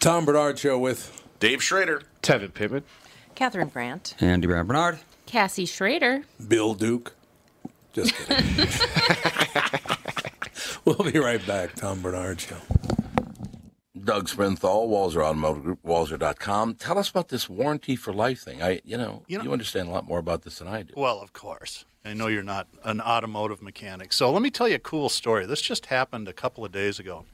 Tom Bernard Show with Dave Schrader, Tevin Pittman, Catherine Brandt, Andy Brad Bernard, Cassie Schrader, Bill Duke. Just kidding. we'll be right back. Tom Bernard Show. Doug Sprinthal, Walzer Automotive Group, Walzer.com. Tell us about this warranty for life thing. I, you know, you, You know- understand a lot more about this than I do. Well, of course. I know you're not an automotive mechanic. So let me tell you a cool story. This just happened a couple of days ago.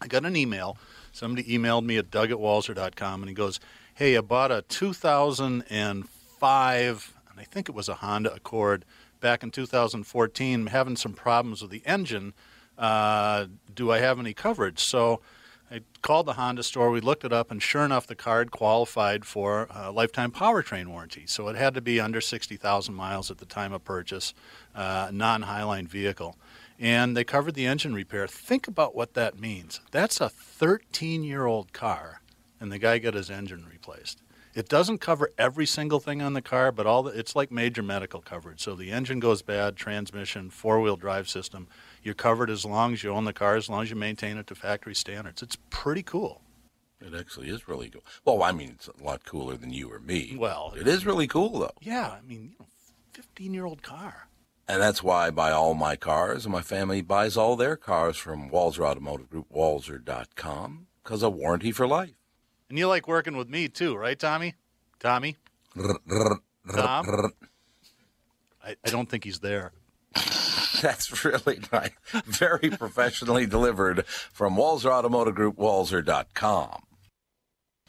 I got an email. Somebody emailed me at doug at walzer.com and he goes, Hey, I bought a 2005, and I think it was a Honda Accord back in 2014. I'm having some problems with the engine. Uh, do I have any coverage? So I called the Honda store. We looked it up, and sure enough, the card qualified for a lifetime powertrain warranty. So it had to be under 60,000 miles at the time of purchase, uh, non Highline vehicle. And they covered the engine repair. Think about what that means. That's a 13 year old car, and the guy got his engine replaced. It doesn't cover every single thing on the car, but all the, it's like major medical coverage. So the engine goes bad, transmission, four-wheel drive system. You're covered as long as you own the car, as long as you maintain it to factory standards. It's pretty cool. It actually is really cool. Well, I mean, it's a lot cooler than you or me. Well, it is really cool though, Yeah, I mean, you know, 15-year-old car. and that's why I buy all my cars, and my family buys all their cars from Walzer Automotive Group, Walzer.com, because a warranty for life. And you like working with me too, right, Tommy? Tommy? Tom? I, I don't think he's there. That's really nice. Very professionally delivered from Walzer Automotive Group, Walzer.com.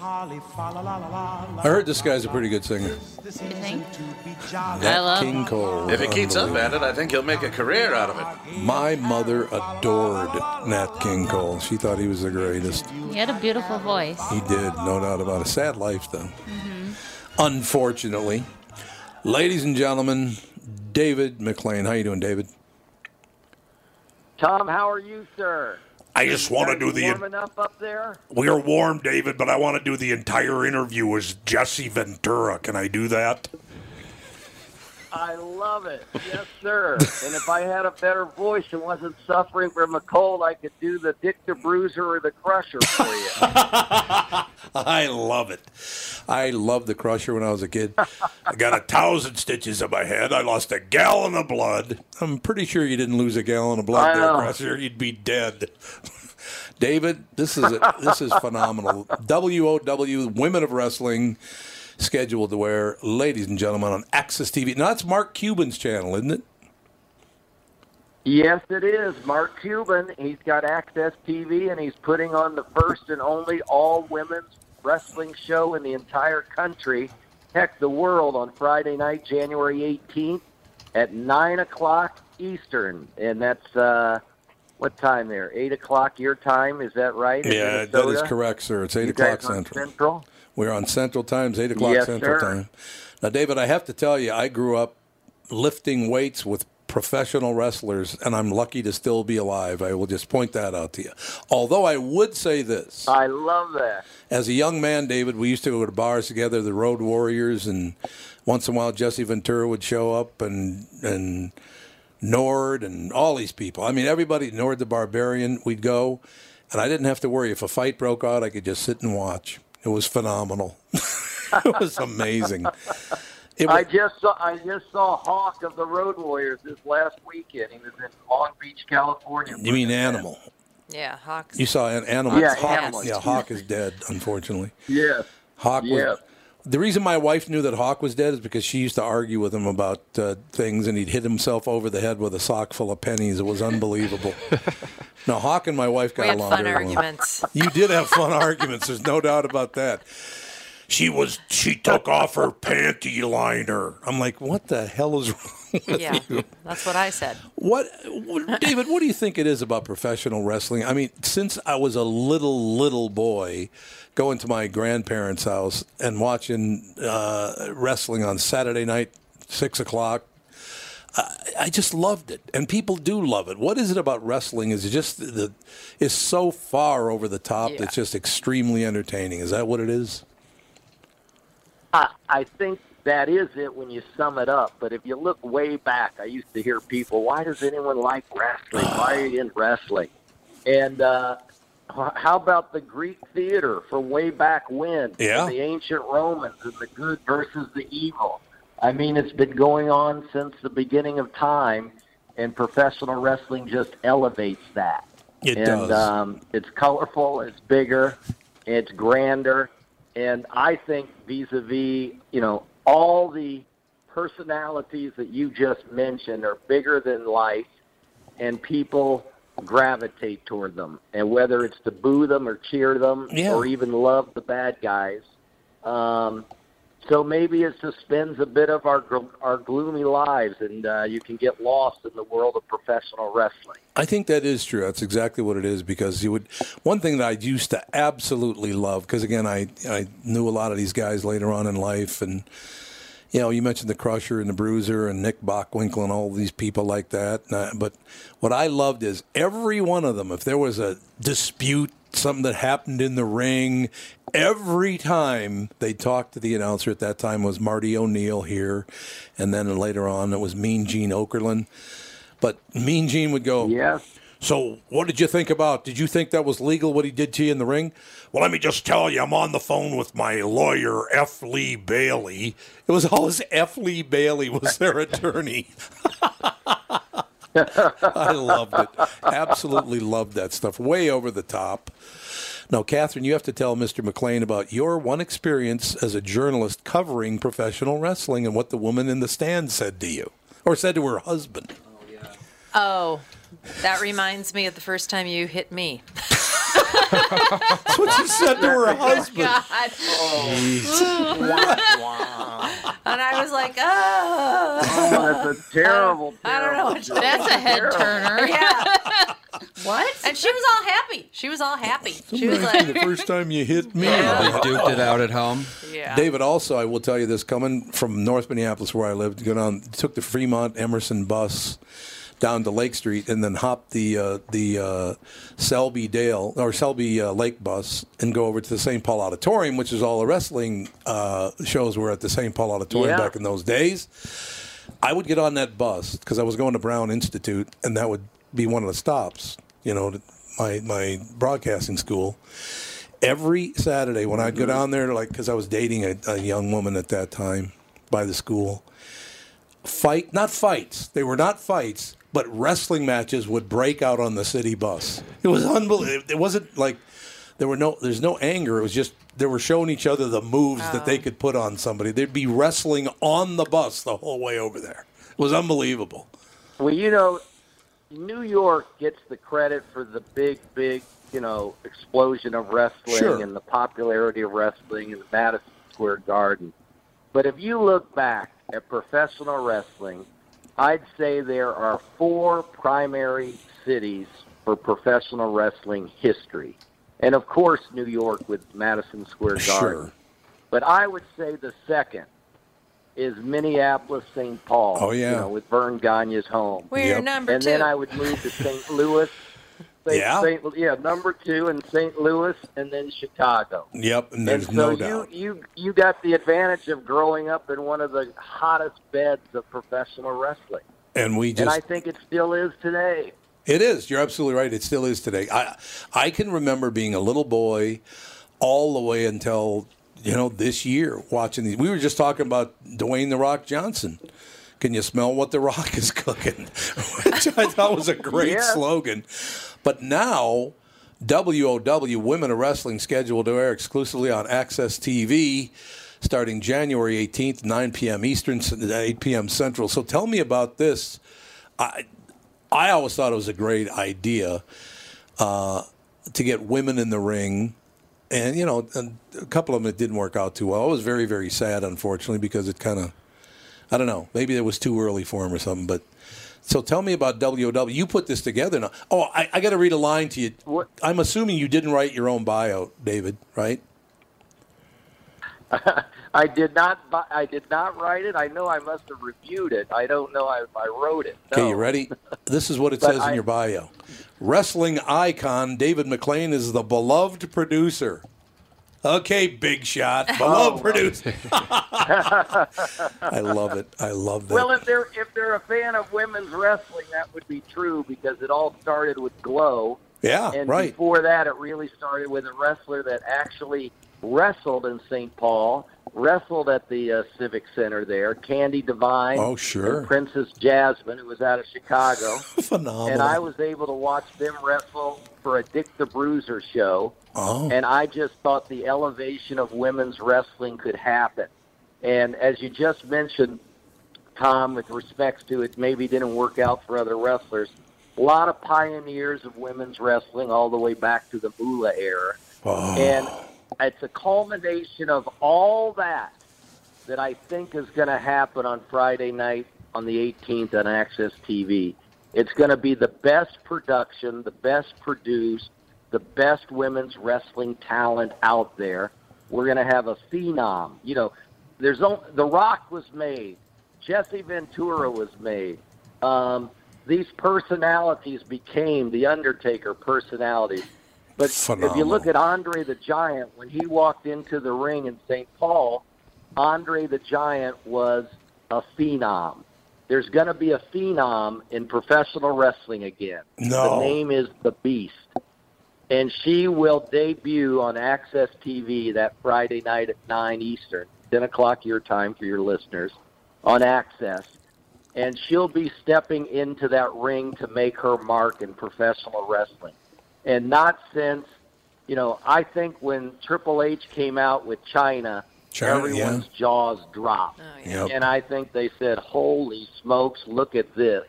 I heard this guy's a pretty good singer. You think? Nat love- King Cole. If he keeps up at it, I think he'll make a career out of it. My mother adored Nat King Cole. She thought he was the greatest. He had a beautiful voice. He did, no doubt about it. Sad life, though. Unfortunately, ladies and gentlemen, David McLean. How you doing, David? Tom, how are you, sir? I just want to do warm the. enough up there? We are warm, David, but I want to do the entire interview as Jesse Ventura. Can I do that? I love it. Yes, sir. and if I had a better voice and wasn't suffering from a cold, I could do the Dick the Bruiser or the Crusher for you. I love it. I loved the crusher when I was a kid. I got a thousand stitches in my head. I lost a gallon of blood. I'm pretty sure you didn't lose a gallon of blood I there, know. Crusher. You'd be dead. David, this is this is phenomenal. WOW Women of Wrestling scheduled to wear, ladies and gentlemen, on Access TV. Now that's Mark Cuban's channel, isn't it? yes, it is. Mark Cuban. He's got Access TV, and he's putting on the first and only all women's wrestling show in the entire country, heck, the world, on Friday night, January 18th at 9 o'clock Eastern. And that's. uh what time there? Eight o'clock your time, is that right? in that is Minnesota? correct, sir. It's eight You o'clock guys on central. Central? We're on Central Time, it's eight o'clock Yes, Central sir. Time. Now, David, I have to tell you, I grew up lifting weights with professional wrestlers, and I'm lucky to still be alive. I will just point that out to you. Although I would say this. I love that. As a young man, David, we used to go to bars together, the Road Warriors, and once in a while Jesse Ventura would show up and and Nord and all these people. I mean, everybody, Nord the Barbarian, we'd go, and I didn't have to worry. If a fight broke out, I could just sit and watch. It was phenomenal. it was amazing. It I was, just saw I just saw Hawk of the Road Warriors this last weekend. He was in Long Beach, California. you mean Animal? Yeah, Hawks. You saw an Animal. Yeah, Hawk, Animal. yeah, Hawk is dead, unfortunately. Yes. Hawk Yeah. was. The reason my wife knew that Hawk was dead is because she used to argue with him about uh, things, and he'd hit himself over the head with a sock full of pennies. It was unbelievable. now Hawk and my wife got we had along fun very well. arguments. You did have fun arguments. There's no doubt about that. She was. She took off her panty liner. I'm like, what the hell is wrong? With yeah, that's what I said. What, what, David? What do you think it is about professional wrestling? I mean, since I was a little little boy, going to my grandparents' house and watching uh, wrestling on Saturday night, six o'clock, I, I just loved it, and people do love it. What is it about wrestling? Is it just the is so far over the top Yeah. that's just extremely entertaining? Is that what it is? I, I think that is it when you sum it up. But if you look way back, I used to hear people, "Why does anyone like wrestling? Why are you in wrestling?" And uh, h- how about the Greek theater from way back when? Yeah. And the ancient Romans and the good versus the evil. I mean, it's been going on since the beginning of time, and professional wrestling just elevates that It and Um, it's colorful, it's bigger, it's grander, and I think vis-a-vis, you know, all the personalities that you just mentioned are bigger than life, and people gravitate toward them. And whether it's to boo them or cheer them Yeah. or even love the bad guys, um, so maybe it suspends a bit of our gl- our gloomy lives, and uh, you can get lost in the world of professional wrestling. I think that is true. That's exactly what it is because you would. One thing that I used to absolutely love because again, I I knew a lot of these guys later on in life, and you know, you mentioned the Crusher and the Bruiser and Nick Bockwinkel and all these people like that. And I- but what I loved is every one of them. If there was a dispute, something that happened in the ring, every time they talked to the announcer at that time was Marty O'Neill here, and then later on it was Mean Gene Okerlund. But Mean Gene would go, Yes. so, what did you think about? Did you think that was legal what he did to you in the ring? Well, let me just tell you, I'm on the phone with my lawyer, F. Lee Bailey. It was always F. Lee Bailey was their attorney. I loved it. Absolutely loved that stuff. Way over the top. Now, Catherine, you have to tell Mr. McLean about your one experience as a journalist covering professional wrestling and what the woman in the stand said to you or said to her husband. Oh, that reminds me of the first time you hit me. Oh, That's what she said to Oh her husband. Oh, God. and I was like, oh, Oh, that's a terrible. I don't know terrible what to joke. That's a head turner. yeah. What? And she was all happy. She was all happy. She was the like, first time you hit me. They duked it out at home. yeah. David, also, I will tell you this: coming from North Minneapolis, where I lived, going on, took the Fremont Emerson bus down to Lake Street, and then hopped the uh, the uh, Selby Dale or Selby uh, Lake bus and go over to the St. Paul Auditorium, which is all the wrestling uh, shows were at the St. Paul Auditorium Yeah. back in those days. I would get on that bus because I was going to Brown Institute, and that would be one of the stops. You know, to my my broadcasting school. Every Saturday when I'd go down there, like because I was dating a, a young woman at that time by the school, fight not fights. They were not fights, but wrestling matches would break out on the city bus. It was unbelievable. It wasn't like there were no there's no anger. It was just they were showing each other the moves that they could put on somebody. They'd be wrestling on the bus the whole way over there. It was unbelievable. Well, you know, New York gets the credit for the big, big, you know, explosion of wrestling Sure. and the popularity of wrestling in the Madison Square Garden. But if you look back at professional wrestling, I'd say there are four primary cities for professional wrestling history. And of course, New York with Madison Square Garden. Sure. But I would say the second is Minneapolis St. Paul. Oh, yeah. You know, with Vern Gagne's home. We're Yep. number and then two. I would move to St. Louis. St. Yeah. St. Yeah, number two in St. Louis and then Chicago. Yep, and there's so no you, doubt. you you got the advantage of growing up in one of the hottest beds of professional wrestling. And we and just I think it still is today. It is. You're absolutely right. It still is today. I I can remember being a little boy all the way until you know this year watching these. We were just talking about Dwayne the Rock Johnson. Can you smell what the Rock is cooking? Which I thought was a great Yeah. slogan. But now. WOW Women of Wrestling scheduled to air exclusively on Access TV starting January 18th, 9 p.m. Eastern, 8 p.m. Central. So tell me about this. I, I always thought it was a great idea uh, to get women in the ring. And, you know, and a couple of them it didn't work out too well. I was very, very sad, unfortunately, because it kind of, I don't know, maybe it was too early for him or something. But so tell me about WOW. You put this together now. Oh, I, I got to read a line to you. I'm assuming you didn't write your own bio, David, right? I did not bu- I did not write it. I know I must have reviewed it. I don't know if I wrote it. Okay, you ready? This is what it But says I- in your bio. Wrestling icon David McLean is the beloved producer. Okay, big shot. Oh, Beloved producer. I love it. I love that. Well, if they're if they're a fan of women's wrestling, that would be true because it all started with Glow. Yeah, and right. Before that, it really started with a wrestler that actually wrestled in St. Paul, wrestled at the uh, Civic Center there, Candy Divine. Oh, sure. and Princess Jasmine, who was out of Chicago. Phenomenal. And I was able to watch them wrestle for a Dick the Bruiser show. Oh. And I just thought the elevation of women's wrestling could happen. And as you just mentioned, Tom, with respects to it, maybe didn't work out for other wrestlers. A lot of pioneers of women's wrestling all the way back to the Moolah era. And it's a culmination of all that that I think is going to happen on Friday night on the 18th on Access TV. It's going to be the best production, the best produced, the best women's wrestling talent out there. We're going to have a phenom. You know, there's only, The Rock was made, Jesse Ventura was made. Um, these personalities became the Undertaker personalities. But if you Phenomenal. look at Andre the Giant, when he walked into the ring in St. Paul, Andre the Giant was a phenom. There's going to be a phenom in professional wrestling again. No. The name is The Beast. And she will debut on Access TV that Friday night at 9 Eastern, 10 o'clock your time for your listeners, on Access. And she'll be stepping into that ring to make her mark in professional wrestling. And not since, you know, I think when Triple H came out with China, China, everyone's jaws dropped. yeah. Yep. And I think they said, holy smokes, look at this.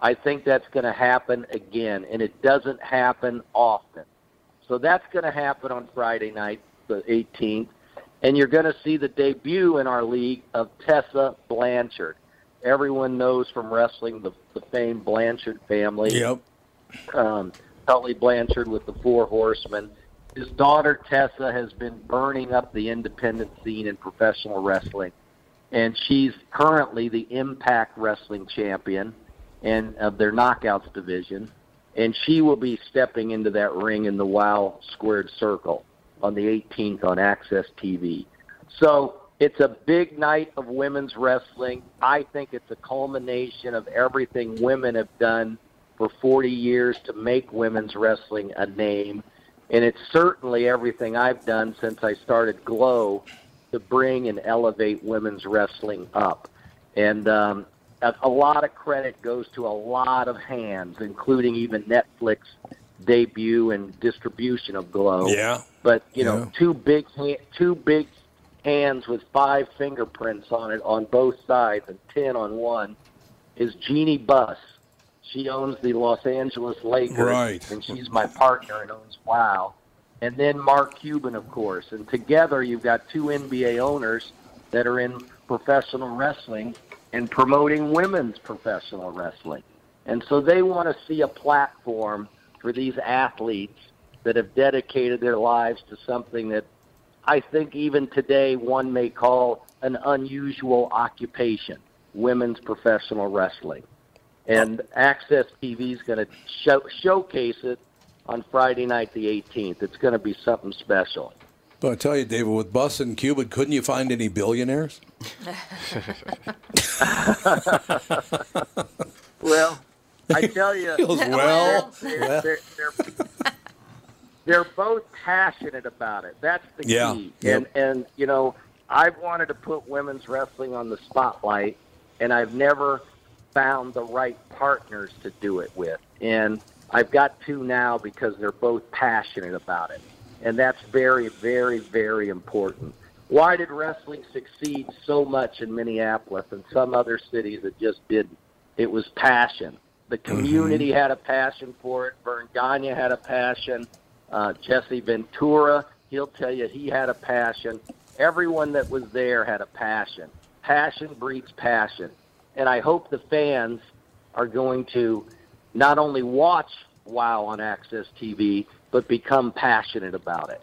I think that's going to happen again, and it doesn't happen often. So that's going to happen on Friday night, the 18th. And you're going to see the debut in our league of Tessa Blanchard. Everyone knows from wrestling the, the famed Blanchard family. Yep. Um, Tully Blanchard with the Four Horsemen. His daughter Tessa has been burning up the independent scene in professional wrestling, and she's currently the Impact Wrestling champion and of their knockouts division. And she will be stepping into that ring in the Wow Squared Circle on the 18th on Access TV. So It's a big night of women's wrestling. I think it's a culmination of everything women have done for 40 years to make women's wrestling a name. And it's certainly everything I've done since I started Glow to bring and elevate women's wrestling up. And um, a, a lot of credit goes to a lot of hands, including even Netflix debut and distribution of Glow. Yeah. But you know, two big ha- two big hands with five fingerprints on it on both sides and ten on one is Jeannie Buss. She owns the Los Angeles Lakers, Right. and she's my partner and owns Wow. And then Mark Cuban, of course. And together, you've got two NBA owners that are in professional wrestling and promoting women's professional wrestling. And so they want to see a platform for these athletes that have dedicated their lives to something that I think even today one may call an unusual occupation women's professional wrestling. And Access TV is going to show, showcase it on Friday night, the 18th. It's going to be something special. But I tell you, David, with Bus and Cuban, couldn't you find any billionaires? well, I tell you, Feels well, they're, well. they're, they're- they're both passionate about it. That's the Yeah, key. yep. And and you know, I've wanted to put women's wrestling on the spotlight, and I've never found the right partners to do it with. And I've got two now because they're both passionate about it, and that's very, very, very important. Why did wrestling succeed so much in Minneapolis and some other cities that just didn't? It was passion. The community had a passion for it. Vern Gagne had a passion. Uh, Jesse Ventura, he'll tell you he had a passion. Everyone that was there had a passion. Passion breeds passion. And I hope the fans are going to not only watch WOW on Access TV, but become passionate about it.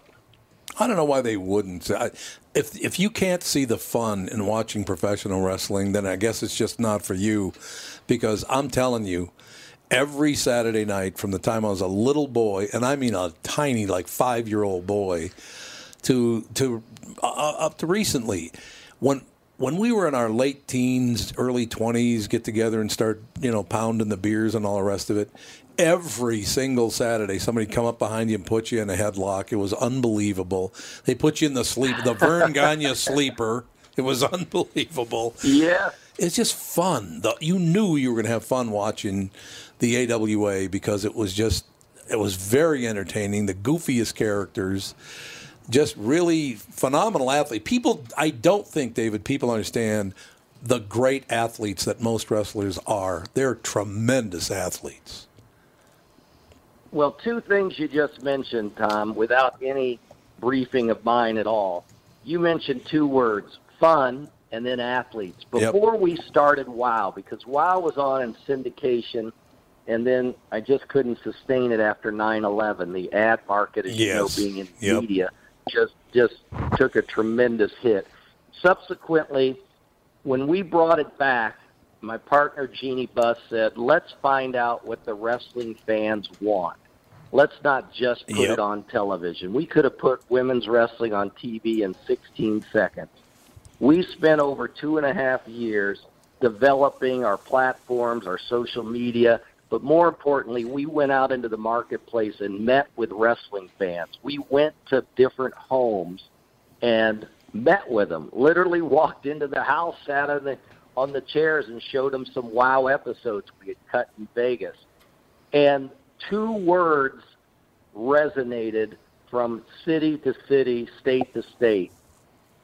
I don't know why they wouldn't. I, if if you can't see the fun in watching professional wrestling, then I guess it's just not for you. Because I'm telling you, every Saturday night from the time I was a little boy, and I mean a tiny, like five year old boy, to to uh, up to recently, when when we were in our late teens, early twenties, get together and start you know pounding the beers and all the rest of it. Every single Saturday, somebody come up behind you and put you in a headlock. It was unbelievable. They put you in the sleep, the Vern Gagne sleeper. It was unbelievable. Yeah, it's just fun. The, you knew you were going to have fun watching the AWA because it was just it was very entertaining. The goofiest characters, just really phenomenal athlete. People, I don't think David. People understand the great athletes that most wrestlers are. They're tremendous athletes. Well, two things you just mentioned, Tom, without any briefing of mine at all. You mentioned two words fun and then athletes. Yep. Before we started WOW, because WOW was on in syndication, and then I just couldn't sustain it after 9 11. The ad market, as you know, Yes. being in Yep. media, just, just took a tremendous hit. Subsequently, when we brought it back, my partner Jeannie Buss said, "Let's find out what the wrestling fans want. Let's not just put Yep. it on television. We could have put women's wrestling on TV in 16 seconds. We spent over two and a half years developing our platforms, our social media, but more importantly, we went out into the marketplace and met with wrestling fans. We went to different homes and met with them. Literally walked into the house, sat on the on the chairs, and showed them some wow episodes we had cut in Vegas. And two words resonated from city to city, state to state.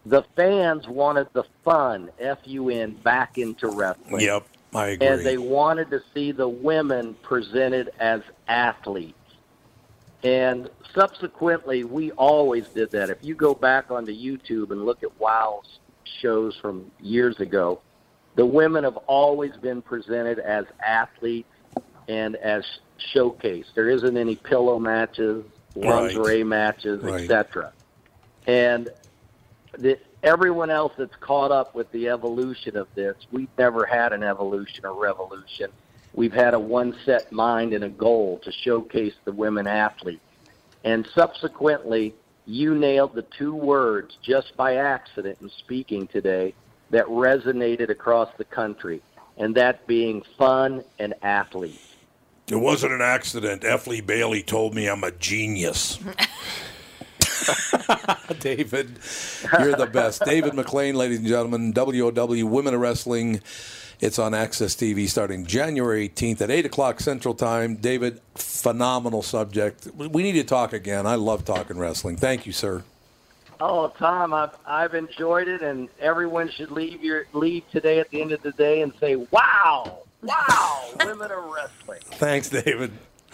The fans wanted the fun, F U N, back into wrestling. Yep, I And they wanted to see the women presented as athletes. And subsequently, we always did that. If you go back onto YouTube and look at WOW's shows from years ago, the women have always been presented as athletes and as showcase. There isn't any pillow matches, Right. lingerie matches, Right. etc. And the, everyone else that's caught up with the evolution of this, we've never had an evolution or revolution. We've had a one set mind and a goal to showcase the women athletes. And subsequently, you nailed the two words just by accident in speaking today that resonated across the country, and that being fun and athlete. It wasn't an accident. Effley Bailey told me I'm a genius. David, you're the best. David McLean, ladies and gentlemen, WOW Women of Wrestling. It's on Access TV starting January 18th at 8 o'clock Central Time. David, phenomenal subject. We- We need to talk again. I love talking wrestling. Thank you, sir. Oh, Tom, I've, I've enjoyed it, and everyone should leave your leave today at the end of the day and say, "Wow, wow, women are wrestling." Thanks, David.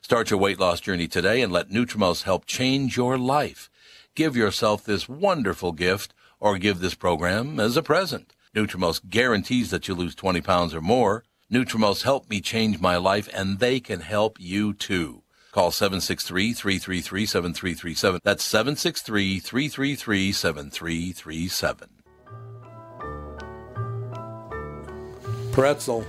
Start your weight loss journey today and let Nutrimos help change your life. Give yourself this wonderful gift or give this program as a present. Nutrimos guarantees that you lose 20 pounds or more. Nutrimos helped me change my life and they can help you too. Call 763-333-7337. That's 763-333-7337. Pretzel.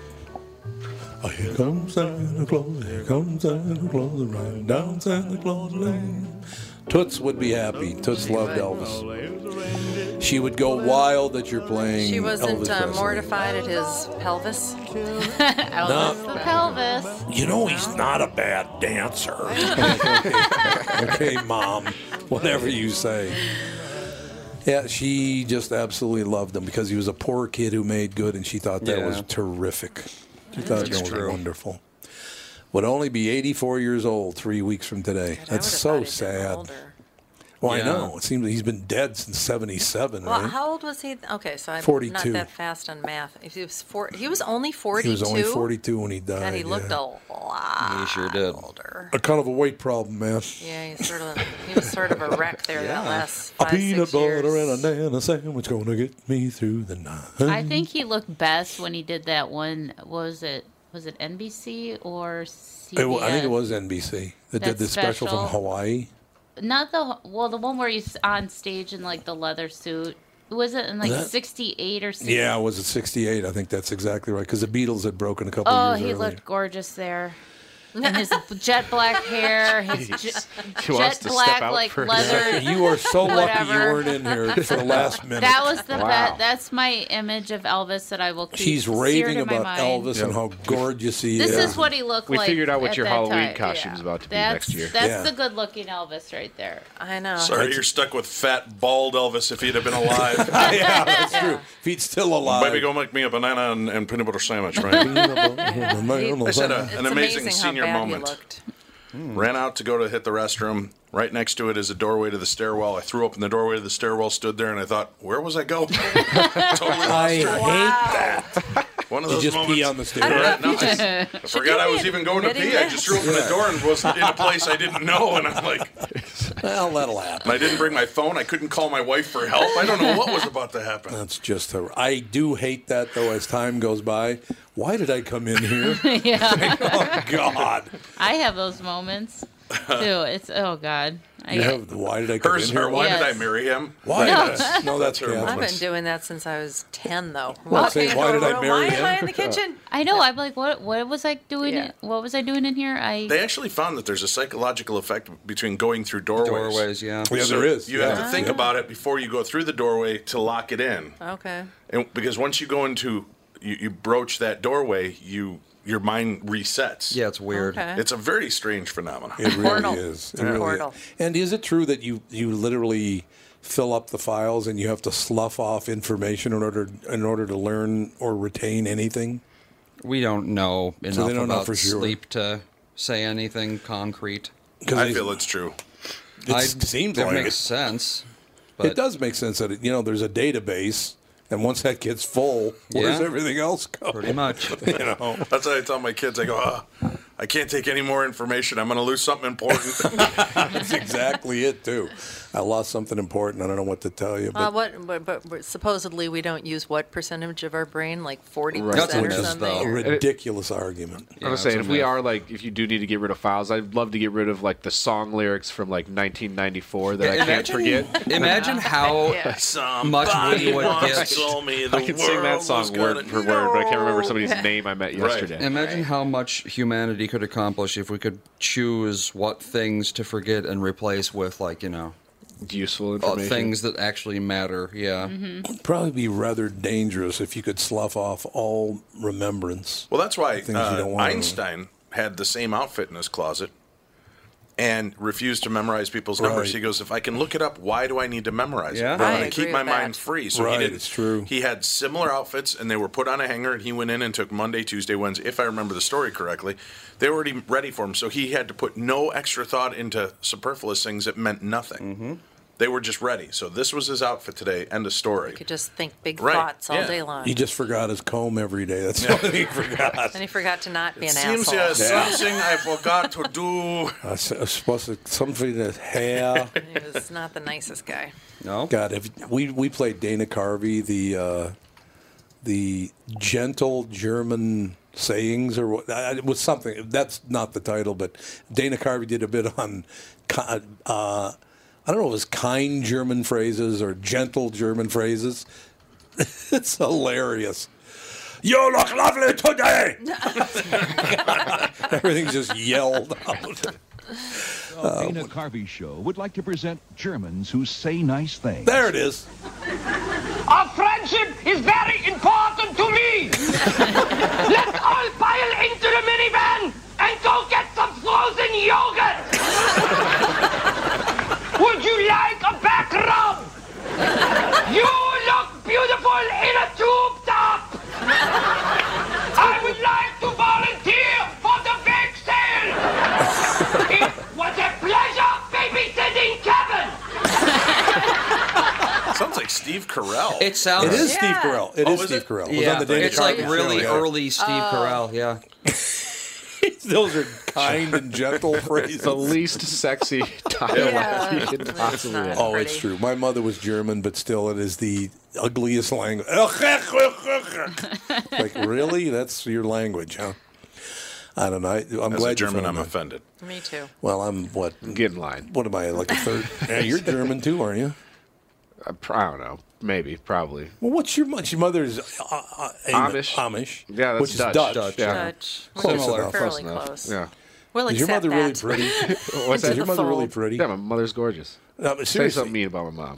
Oh, here comes Santa Claus, here comes Santa Claus, right down Santa Claus Lane. Toots would be happy. Toots loved Elvis. She would go wild that you're playing. She wasn't Elvis uh, Presley. mortified at his pelvis. Elvis Elvis. the pelvis. You know he's not a bad dancer. okay, mom, whatever you say. Yeah, she just absolutely loved him because he was a poor kid who made good, and she thought that Yeah. was terrific. She thought That's that was true. wonderful. Would only be 84 years old three weeks from today. That's so sad. Well, Yeah. I know. It seems that he's been dead since 77. Well, right? how old was he? Okay, so I'm 42. not that fast on math. If he was four, he was only 42. He was only 42 when he died. God, he looked yeah. a lot. He sure did. A kind of a weight problem, man. Yeah, he sort of he was sort of a wreck there that last A five, peanut six butter years. and a banana sandwich gonna get me through the night. I think he looked best when he did that one. what Was it was it NBC or CBS? It wa- I think it was NBC that did That this special, special. from Hawaii. Not the well, the one where he's on stage in like the leather suit. Was it in like That- '68 or? 60? Yeah, was it 68? I think that's exactly right because the Beatles had broken a couple Oh, years he earlier. looked gorgeous there. And his jet black hair, his He jet, he wants jet to black step out like for a leather. second. You are so lucky you whatever. weren't in here for the last minute. That was the Wow. that, that's my image of Elvis that I will keep. She's seared raving in my about mind. Elvis and how gorgeous he This is. is what he looked We like. figured out what at your that Halloween time. costume is about to be That's- next year. That's Yeah. the good-looking Elvis right there. I Oh, know. Sorry, you're stuck with fat, bald Elvis if he'd have been alive. yeah, that's true. If he'd still alive. Baby, go make me a banana and, and peanut butter sandwich, right? I said a, an amazing, senior moment. Ran out to go to hit the restroom. Right next to it is a doorway to the stairwell. I threw open the doorway to the stairwell, stood there, and I thought, where was I going? totally lost I hate that. One of You those just moments. pee on the stairs. All right, I no, don't know if you I, just- I Should forgot you I be was even going to admitting pee. I that? just threw open the Yeah. door and was in a place I didn't know, and I'm like, well, that'll happen. And I didn't bring my phone. I couldn't call my wife for help. I don't know what was about to happen. That's just her. I do hate that though. As time goes by, why did I come in here? yeah. oh God! I have those moments too. It's oh god. I, You have the why did I come Hers in here? or why did I Yes. marry him? Why? No. That's- no, that's her. I've been moments. doing that since I was 10, though. Well, Walking say, into why a did I room, marry Why am I him? in the kitchen? I know. I'm like, what? What was I doing? Yeah. What was I doing in here? I They actually found that there's a psychological effect between going through doorways. Doorways, yeah. Yeah, So there is, You have yeah. to think Ah. about it before you go through the doorway to lock it in. Okay. And because once you go into you, you broach that doorway, you your mind resets. Yeah, it's weird. Okay. It's a very strange phenomenon. It really is. It really Portal. is. And is it true that you you literally fill up the files and you have to slough off information in order in order to learn or retain anything? We don't know So enough they don't know about for sure. sleep to say anything concrete. 'Cause I they- feel it's true. It seems it like makes it. sense. it does make sense that it, you know there's a database, and once that gets full, where's Yeah. everything else go? Pretty much. you know, that's what I tell my kids. I go, oh, I can't take any more information. I'm going to lose something important. That's exactly it too. I lost something important. I don't know what to tell you. Uh, But what, but, but but supposedly we don't use what percentage of our brain, like 40% or which is something? a or- ridiculous argument. I was saying, if we are like, if you do need to get rid of files, I'd love to get rid of like the song lyrics from like 1994 that I can't forget. Imagine how much Somebody we would once get. told me the I could sing that world song was word gonna for word, but I can't remember know. somebody's name I met Right. yesterday. Imagine how much humanity could accomplish if we could choose what things to forget and replace with, like you know, uh, useful information. things that actually matter. Yeah. Mm-hmm. It'd probably be rather dangerous if you could slough off all remembrance. Well, that's why Things you uh, don't wanna remember. Einstein had the same outfit in his closet and refused to memorize people's numbers. Right. He goes, "If I can look it up, why do I need to memorize Yeah. it? I, I agree keep my with that. mind free." So he Right, didn't. it's true. He had similar outfits, and they were put on a hanger, and he went in and took Monday, Tuesday, Wednesday. If I remember the story correctly, they were already ready for him, so he had to put no extra thought into superfluous things that meant nothing. Mm-hmm. They were just ready. So this was his outfit today. End of story. You could just think big Right, thoughts all yeah. day long. He just forgot his comb every day. That's all he forgot. And he forgot to not be an Seems asshole. there's something I forgot to do. I was I was supposed to something that hair. he was not the nicest guy. No. God, if we we played Dana Carvey, the uh, the gentle German sayings, or what uh, it was something. That's not the title, but Dana Carvey did a bit on. ki- Uh, I don't know if it was kind German phrases or gentle German phrases. it's hilarious. You look lovely today. Everything's just yelled out. The Dana Carvey Show would like to present Germans who say nice things. There it is. Our friendship is very important to me. Let's all pile into the minivan and go get some frozen yogurt. Would you like a back rub? You look beautiful in a tube top. I would like to volunteer for the bake sale. It was a pleasure babysitting Kevin. Sounds like Steve Carell. It sounds. It is Steve Carell. It Oh, is is Steve it? Carell. It was Yeah. on the Dana it's like Carvey really show, yeah. early Steve Oh. Carell. Yeah. Oh. Those are kind and gentle phrases. The least sexy dialogue you could possibly have. Oh, it's true. My mother was German, but still, it is the ugliest language. like, really? That's your language, huh? I don't know. I, I'm As a glad you German, found I'm that. offended. Me too. Well, I'm what? Get in line. What am I like a third? yeah, you're German too, aren't you? I pr- I don't know. Maybe, probably. Well, what's your much? Your mother's uh, uh, Amish. Amish. Yeah, that's which is Dutch. Dutch. Dutch, yeah. Dutch. Close Similar. enough. Fairly Close enough. close. Yeah. We'll is your accept mother really that. pretty? What's is that? your The mother really fold. pretty? Yeah, my mother's gorgeous. No, but Say seriously. something mean about my mom.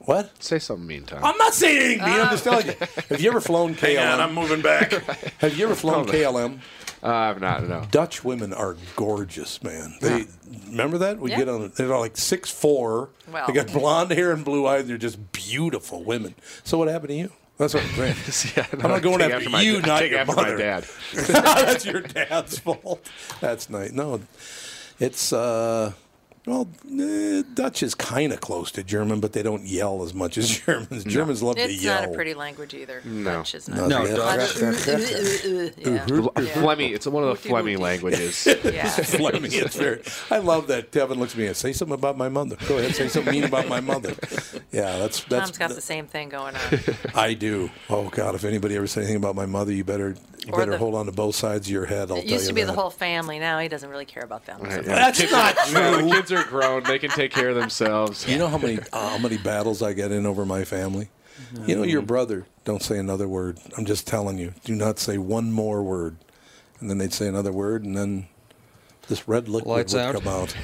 What? Say something mean, Tom. I'm not saying anything. mean. I'm just telling you. Have you ever flown KLM? Hang on, I'm moving back. Have you ever flown Probably. KLM? Uh, I've not. No. Dutch women are gorgeous, man. They remember that we Yeah. get on. They're like six four. Well. They got blonde hair and blue eyes. They're just beautiful women. So what happened to you? That's what I'm saying. no, I'm not going take after, after my you, da- not take your after my mother. dad. That's your dad's fault. That's nice. No, it's uh, Well, eh, Dutch is kind of close to German, but they don't yell as much as Germans. Germans love to it's yell. not a pretty language either. No. Dutch is not. No, No, Dutch- Dutch- Yeah. Flemmy. It's one of the Flemmy languages. Yeah. Fleming, it's very. I love that. Kevin looks at me and say something about my mother. Go ahead, say something mean about my mother. Yeah, that's that's. Tom's got the same thing going on. I do. Oh God, if anybody ever said anything about my mother, you better you Or better the- hold on to both sides of your head. I'll it tell used you to be that. the whole family. Now he doesn't really care about them. yeah. That's not No, true. the kids are grown. They can take care of themselves. You know how many uh, how many battles I get in over my family. You know your brother. Don't say another word. I'm just telling you. Do not say one more word. And then they'd say another word, and then this red liquid Lights would out. come out.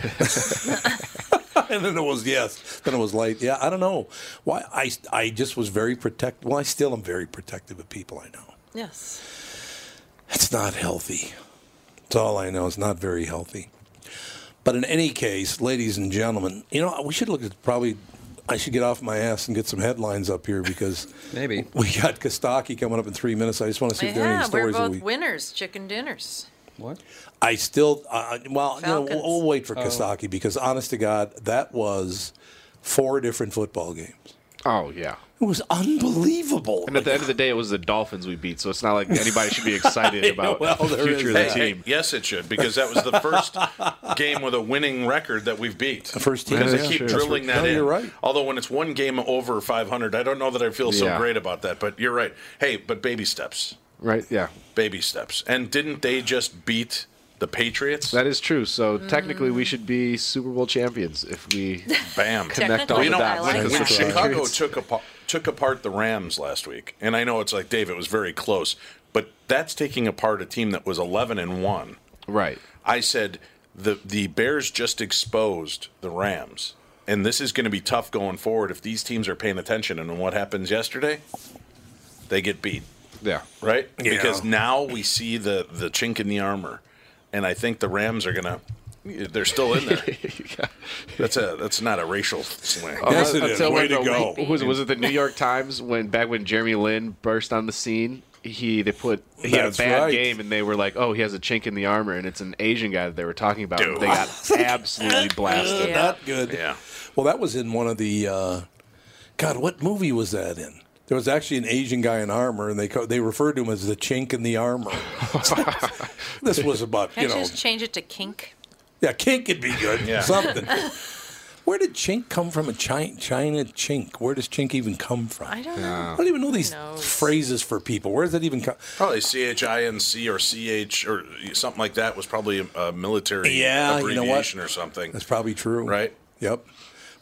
and then it was yes. Then it was light. Yeah, I don't know why. I I just was very protect. Well, I still am very protective of people I know. Yes. It's not healthy. That's all I know. It's not very healthy. But in any case, ladies and gentlemen, you know, we should look at probably. I should get off my ass and get some headlines up here because maybe we got Kostaki coming up in three minutes. I just want to see if there are Yeah, any we're stories that both we. winners, chicken dinners. What? I still, uh, well, you know, we'll, Falcons. we'll wait for Oh. Kostaki because, honest to God, that was four different football games. Oh yeah. It was unbelievable. And at the end of the day, it was the Dolphins we beat, so it's not like anybody should be excited about Well, the there future is of the that. team. yes, it should because that was the first game with a winning record that we've beat. The first team. because Yeah, they keep sure. drilling That's that right. No, in. you're right. Although when it's one game over 500, I don't know that I feel so Yeah. great about that. But you're right. Hey, but baby steps, Right? Yeah. baby steps. And didn't they just beat the Patriots? That is true. So technically, we should be Super Bowl champions if we Bam. connect all you the know, dots. when, because when of the Chicago Patriots. took apart, took apart the Rams last week, and I know it's like Dave, it was very close, but that's taking apart a team that was eleven and one. Right. I said the the Bears just exposed the Rams, and this is going to be tough going forward if these teams are paying attention. And what happens yesterday? They get beat yeah. right? Yeah. Because now we see the the chink in the armor, and I think the Rams are gonna. They're still in there. That's a that's not a racial slang. Oh, I'll tell you what, though, who Was, was it the New York Times when back when Jeremy Lin burst on the scene? He they put he had a That's bad right. game and they were like, oh, he has a chink in the armor, and it's an Asian guy that they were talking about. Dude. They got absolutely blasted. Not good. Yeah. Well, that was in one of the. Uh, God, what movie was that in? There was actually an Asian guy in armor, and they co- they referred to him as the chink in the armor. this was about Can't you you, know, just change it to kink? yeah, kink would be good. Yeah. Something. Where did chink come from? A China, China chink. Where does chink even come from? I don't know. I don't even know these phrases for people. Where does that even come? Probably C H I N C or C H or something like that was probably a, a military Yeah, you know what? abbreviation or something. That's probably true. Right. Yep.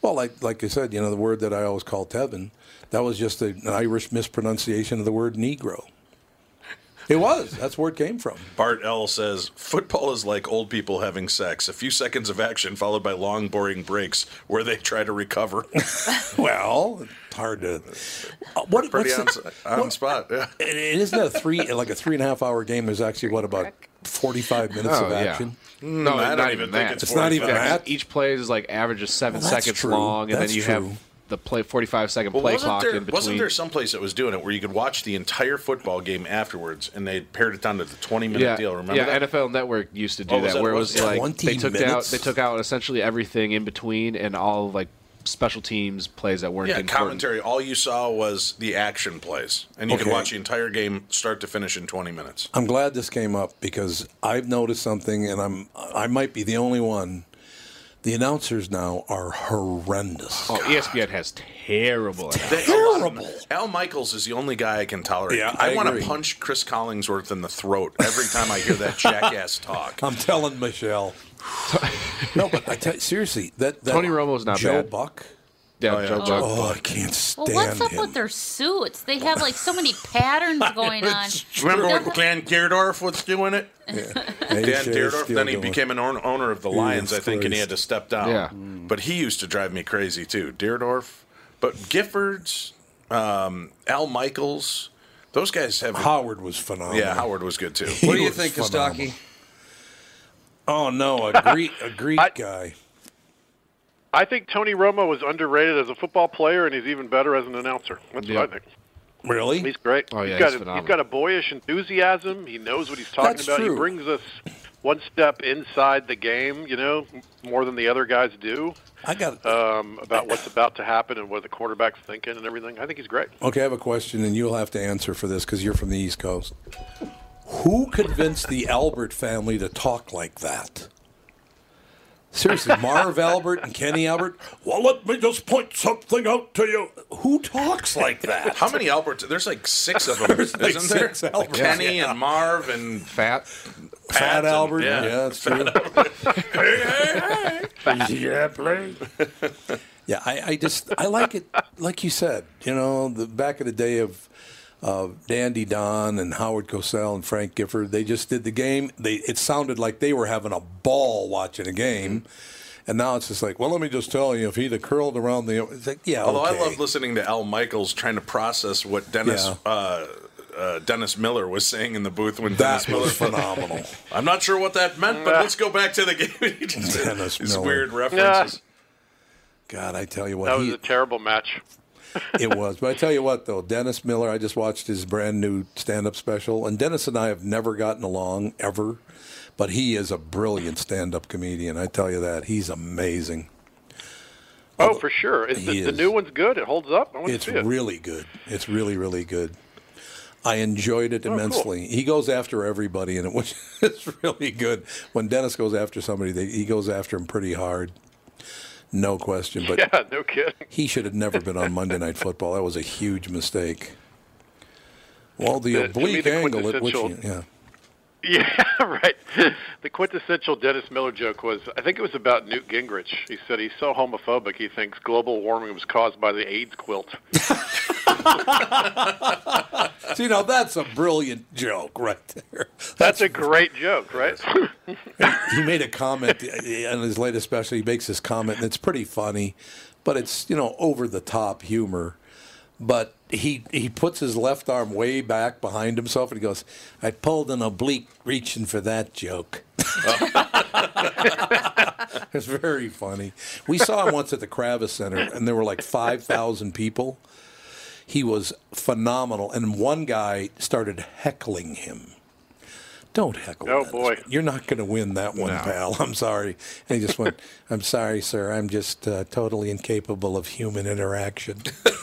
Well, like like I said, you know, the word that I always call Tevin, that was just a- an Irish mispronunciation of the word Negro. It was. That's where it came from. Bart L says football is like old people having sex. A few seconds of action followed by long, boring breaks where they try to recover. well, it's hard to. Uh, what, Pretty what's on, the- on spot. Yeah. It it isn't a three like a three and a half hour game. There's actually what about forty five minutes Oh, of yeah. action. Mm, No, I don't even think it's not even that. Each play is like averages seven Well, that's seconds true. long, and That's then you true. have the play forty-five second Well, play wasn't clock there, in between. Wasn't there someplace that was doing it where you could watch the entire football game afterwards and they pared it down to the 20 minute yeah, deal? Remember yeah, that? NFL Network used to do Oh, was that, that where it what was it was? like 20 they took out minutes? they took out essentially everything in between and all like special teams plays that weren't yeah, important. commentary. All you saw was the action plays, and you could Okay. watch the entire game start to finish in 20 minutes. I'm glad this came up because I've noticed something, and I'm I might be the only one. The announcers now are horrendous. Oh, ESPN has terrible. Terrible. Al Michaels is the only guy I can tolerate. Yeah, I, I want agree. to punch Chris Collingsworth in the throat every time I hear that jackass talk. I'm telling Michelle. no, but I tell seriously that, that Tony Romo's not Joe bad. Buck. Yeah, Joe Buck. Oh, I can't Well, stand what's up him. with their suits? They have like so many patterns going on. Remember They're when Dan Dierdorf was doing it? They Dan sure Dierdorf. still Then he doing it. became an own- owner of the Lions, I Jesus think, and he Christ. had to step down. Yeah. But he used to drive me crazy too, Dierdorf. But Giffords, um, Al Michaels, those guys have. Howard was phenomenal. Yeah, Howard was good too. He was phenomenal. Oh no, a Greek a Greek guy. I think Tony Romo was underrated as a football player, and he's even better as an announcer. That's Yeah. what I think. Really? He's great. Oh, yeah, he's got he's a, he's phenomenal. got a boyish enthusiasm. He knows what he's talking That's about. true. He brings us one step inside the game, you know, more than the other guys do. I got um, about what's about to happen and what the quarterback's thinking and everything. I think he's great. Okay, I have a question, and you'll have to answer for this because you're from the East Coast. Who convinced the Albert family to talk like that? Seriously, Marv Albert and Kenny Albert. Well, let me just point something out to you. Who talks like that? How many Alberts? There's like six of them, There's like isn't there? six Alberts. Kenny Yeah. and Marv and Fat. Fat Albert. Yeah, that's true. yeah, please. Yeah, I, I just I like it. Like you said, you know, the back in the day of of Dandy Don and Howard Cosell and Frank Gifford, they just did the game. They it sounded like they were having a ball watching a game, Mm-hmm. and now it's just like, well, let me just tell you, if he'd have curled around the, it's like, yeah, Although okay. I love listening to Al Michaels trying to process what Dennis Yeah. uh, uh, Dennis Miller was saying in the booth when That Dennis Miller was phenomenal. I'm not sure what that meant, but let's go back to the game. He just did Dennis these Miller. weird references. God, I tell you what, that was he- a terrible Oh, match. it was. But I tell you what, though, Dennis Miller, I just watched his brand new stand up special, and Dennis and I have never gotten along ever, but he is a brilliant stand up comedian. I tell you that. He's amazing. Oh, for sure. Is He the, the is. new one's good. It holds up. I want It's to see it. really good. It's really, really good. I enjoyed Oh, it immensely. He goes after everybody, and it was it's really good. When Dennis goes after somebody, they, he goes after him pretty hard, no question. But yeah, no kidding. he should have never been on Monday Night Football. That was a huge mistake. Well, the Yeah, to me, oblique the angle at which, quintessential- yeah, Yeah, right. The quintessential Dennis Miller joke was, I think it was about Newt Gingrich. He said he's so homophobic he thinks global warming was caused by the AIDS quilt. see, now that's a brilliant joke right there. That's a great joke, right? Oh, he made a comment in his latest special. He makes this comment, and it's pretty funny, but it's you know over the top humor. But he he puts his left arm way back behind himself, and he goes, "I pulled an oblique reaching for that joke." it's very funny. We saw him once at the Kravis Center, and there were like five thousand people. He was phenomenal, and one guy started heckling him. Don't heckle. Oh, Dennis. boy. You're not going to win that one, pal. I'm sorry. And he just went, I'm sorry, sir. I'm just uh, totally incapable of human interaction. Do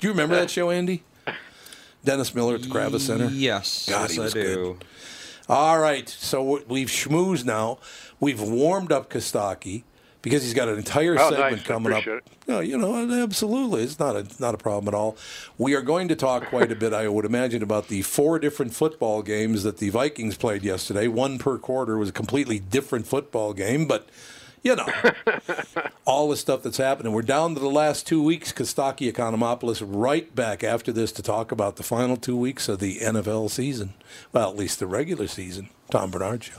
you remember that show, Andy? Dennis Miller at the Kravis Center? Yes, God, yes, he was I do. good. All right. So w- we've schmoozed now. We've warmed up Kostaki because he's got an entire Oh, segment nice. I coming up. appreciate it. No, you know, absolutely. It's not a not a problem at all. We are going to talk quite a bit, I would imagine, about the four different football games that the Vikings played yesterday. One per quarter was a completely different football game, but you know, all the stuff that's happening. We're down to the last two weeks. Kostaki Economopoulos right back after this to talk about the final two weeks of the NFL season. Well, at least the regular season. Tom Bernard Show.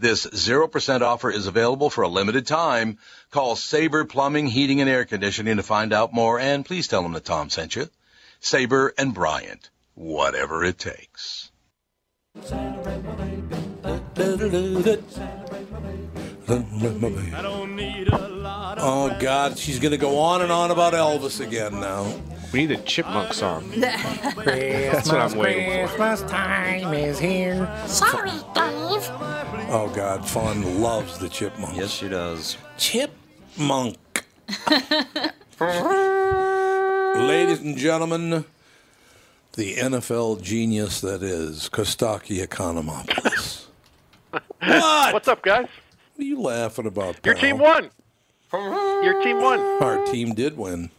This 0% offer is available for a limited time. Call Sabre Plumbing, Heating, and Air Conditioning to find out more, and please tell them that Tom sent you. Sabre and Bryant, whatever it takes. Oh God, she's gonna go on and on about Elvis again now. We need a chipmunk song. That's what I'm waiting for. Christmas time is here. Sorry, Dave. Oh God, Fawn loves the chipmunk. Yes, she does. Chipmunk. Oh, Ladies and gentlemen, the NFL genius that is Kostaki Economopoulos. what? What's up, guys? What are you laughing about? Your pal? team won. Your team won. Our team did win.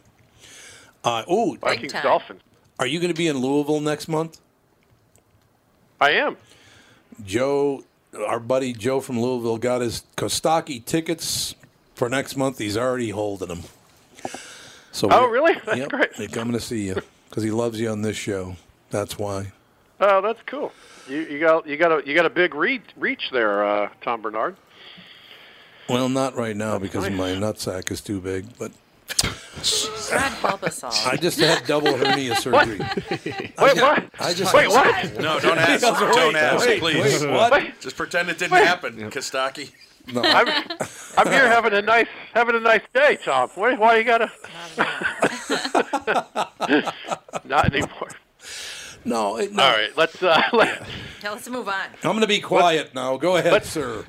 Uh, oh, Vikings, time. Dolphins. Are you going to be in Louisville next month? I am. Joe, our buddy Joe from Louisville, got his Kostaki tickets for next month. He's already holding them. So Oh, we're- really? That's yep, great. He's coming to see you because he loves you on this show. That's why. Oh, that's cool. You, you got you got a you got a big reach, reach there, uh, Tom Bernard. Well, not right now because my nutsack is too big, but God help us all. I just had double hernia surgery. Wait, I what? I just Wait, what? No, don't ask. Wait, don't ask, wait, please. wait, what? Just pretend it didn't Wait. happen, Kostaki. No. I'm, I'm here having a nice having a nice day, Tom. Why, why you gotta? Not anymore. No, it, All right, let's uh, let, Yeah, let's move on. I'm going to be quiet now. Go ahead, sir.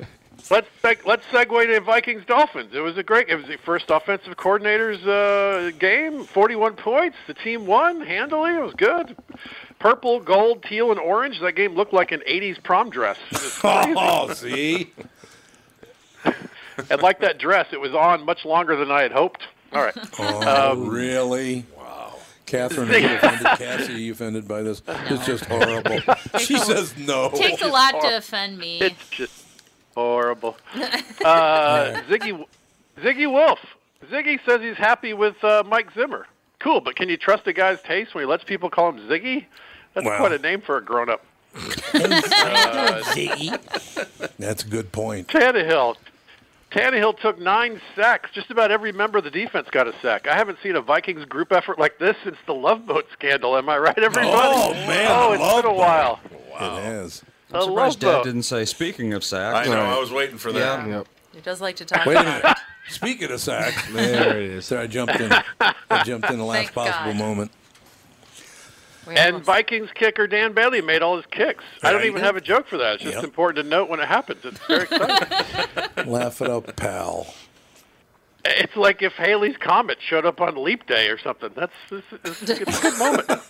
let's seg- let's segue to Vikings Dolphins. It was a great. It was the first offensive coordinator's uh, game. Forty-one points. The team won handily. It was good. Purple, gold, teal, and orange. That game looked like an '80s prom dress. It was crazy. Oh, see? and like that dress, it was on much longer than I had hoped. All right. Oh, Um, really? Wow. Catherine, are you offended? Cassie, are you offended by this? It's just horrible. she says no. It takes a lot to offend me. It's just horrible. Uh, Ziggy, Ziggy Wolf. Ziggy says he's happy with uh, Mike Zimmer. Cool, but can you trust a guy's taste when he lets people call him Ziggy? That's Wow. quite a name for a grown-up. Uh, Ziggy. That's a good point. Tannehill. Tannehill took nine sacks. Just about every member of the defense got a sack. I haven't seen a Vikings group effort like this since the Love Boat scandal. Am I right, everybody? Oh, man, Oh, the it's Love been a Boat. while. It is. The I'm Love surprised Dad Boat. didn't say. Speaking of sacks, I know. I was waiting for that. Yeah. He does like to talk Wait a about minute. Speaking of sacks, There it is. I jumped in. I jumped in the last Thank possible God. moment. And Vikings kicker Dan Bailey made all his kicks. I don't Right. even have a joke for that. It's just Yep. important to note when it happens. It's very exciting. Laugh it up, pal. it's like if Haley's comet showed up on leap day or something. That's it's, it's, it's a good moment.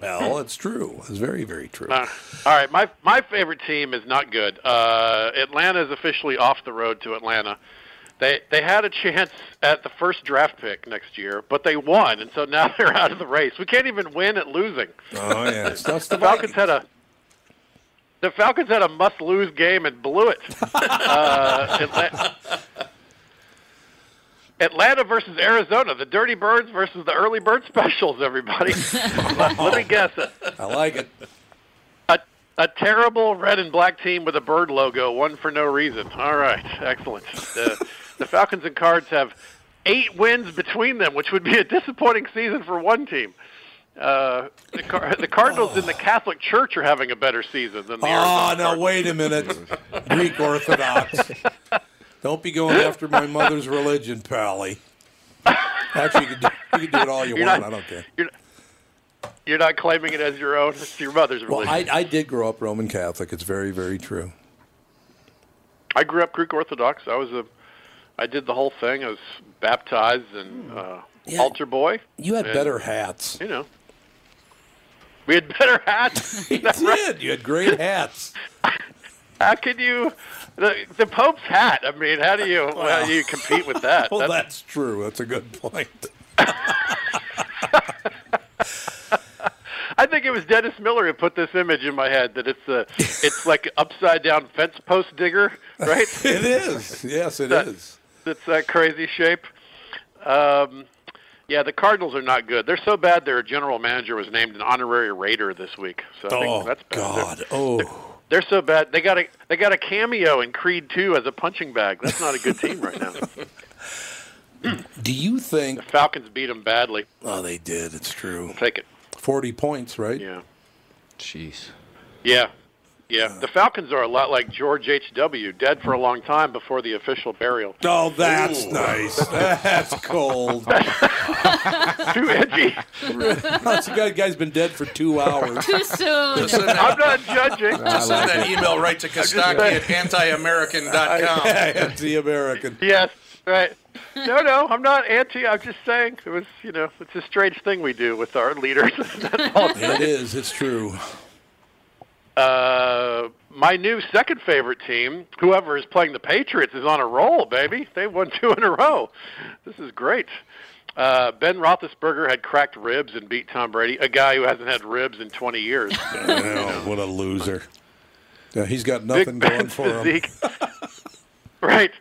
Well, it's true. It's very, very true. Ah, Uh, all right, my my favorite team is not good. Uh, Atlanta is officially off the road to Atlanta. They they had a chance at the first draft pick next year, but they won, and so now they're out of the race. We can't even win at losing. Oh yeah, it's- that's the the Falcons had a the Falcons had a must lose game and blew it. uh, Atlanta, Atlanta versus Arizona, the Dirty Birds versus the Early Bird Specials. Everybody, let, let me guess. A, I like it. a, a terrible red and black team with a bird logo, one for no reason. All right, excellent. The, the Falcons and Cards have eight wins between them, which would be a disappointing season for one team. Uh, the, Car- the Cardinals in the Catholic Church are having a better season than the Oh, Arizona now wait a minute. Greek Orthodox. Don't be going after my mother's religion, Pally. Actually, you can do, you can do it all you You're want. not- I don't care. You're not claiming it as your own. It's your mother's Well, religion. I, I did grow up Roman Catholic. It's very, very true. I grew up Greek Orthodox. I was a, I did the whole thing. I was baptized and uh, altar boy. Hmm. You had And, better hats. You know, we had better hats. You did. You had great hats. How could you, the, the Pope's hat? I mean, how do you how do you compete with that? Well, That's- that's true. That's a good point. I think it was Dennis Miller who put this image in my head that it's a, it's like an upside down fence post digger, right? It is. Yes, it That- is. That's that crazy shape. Um, yeah, the Cardinals are not good. They're so bad. Their general manager was named an honorary Raider this week. So I Oh, think that's bad. God. Oh. They're, they're so bad. They got a they got a cameo in Creed Two as a punching bag. That's not a good team right now. Do you think. The Falcons beat them badly. Oh, they did. It's true. Take it. 40 points, right? Yeah. Jeez. Yeah. Yeah, the Falcons are a lot like George H.W., dead for a long time before the official burial. Oh, that's nice. That's cold. Too edgy. That's a guy, guy's been dead for two hours. Too soon. Just send that- I'm not judging. I Just send like that it. email right to I just- Kostaki at antiamerican.com. It's the American. Yes, right. No, no, I'm not anti. I'm just saying it was, you know, it's a strange thing we do with our leaders. That's Oh, all. It is. It's true. Uh, my new second favorite team, whoever is playing the Patriots, is on a roll, baby. They won two in a row. This is great. Uh, ben Roethlisberger had cracked ribs and beat Tom Brady, a guy who hasn't had ribs in 20 years. Oh, what a loser. Yeah, he's got nothing going for him. Zeke. right.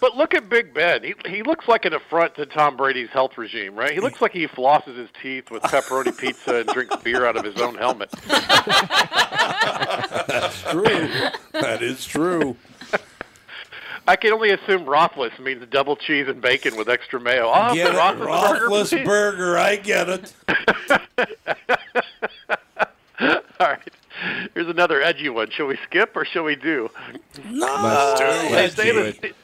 But look at Big Ben. He he looks like an affront to Tom Brady's health regime, right? He looks like he flosses his teeth with pepperoni pizza and drinks beer out of his own helmet. That's true. That is true. I can only assume Rothless means double cheese and bacon with extra mayo. Oh, I'll have Get the it, Roethlisberger, Rothless please. burger. I get it. All right. Here's another edgy one. Shall we skip or shall we do? No. Uh, Let's do it. They say, Let's the,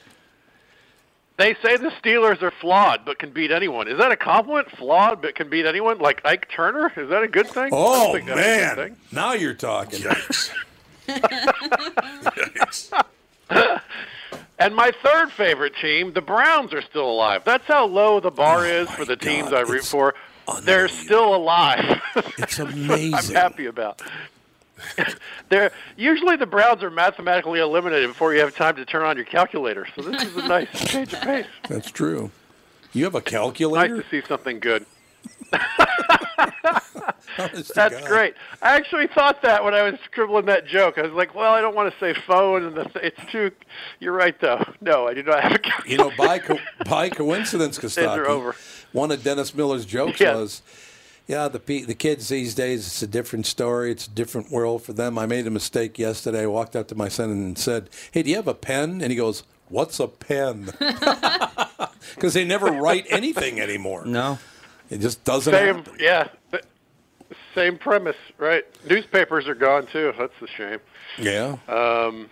they say the Steelers are flawed but can beat anyone. Is that a compliment? Flawed but can beat anyone? Like Ike Turner? Is that a good thing? I don't Oh, think that's a good man. thing. Now you're talking. And my third favorite team, the Browns, are still alive. That's how low the Oh bar is for the teams I root for. They're still alive. It's I'm amazing. happy about. They're, usually the Browns are mathematically eliminated before you have time to turn on your calculator. So this is a nice change of pace. That's true. You have a Nice calculator? to see something good. Honest to That's God. great. I actually thought that when I was scribbling that joke. I was like, well, I don't want to say phone, and the th- it's too. You're right, though. No, I do not have a calculator. You know, by co- by coincidence, are Kostaki, over. one of Dennis Miller's jokes Yeah. was, "Yeah, the pe- the kids these days, it's a different story. It's a different world for them." I made a mistake yesterday. I walked up to my son and said, "Hey, do you have a pen?" And he goes, "What's a pen?" Because they never write anything anymore. No, it just doesn't. same, happen. yeah, th- same premise, right? Newspapers are gone too. That's a shame. Yeah, Um,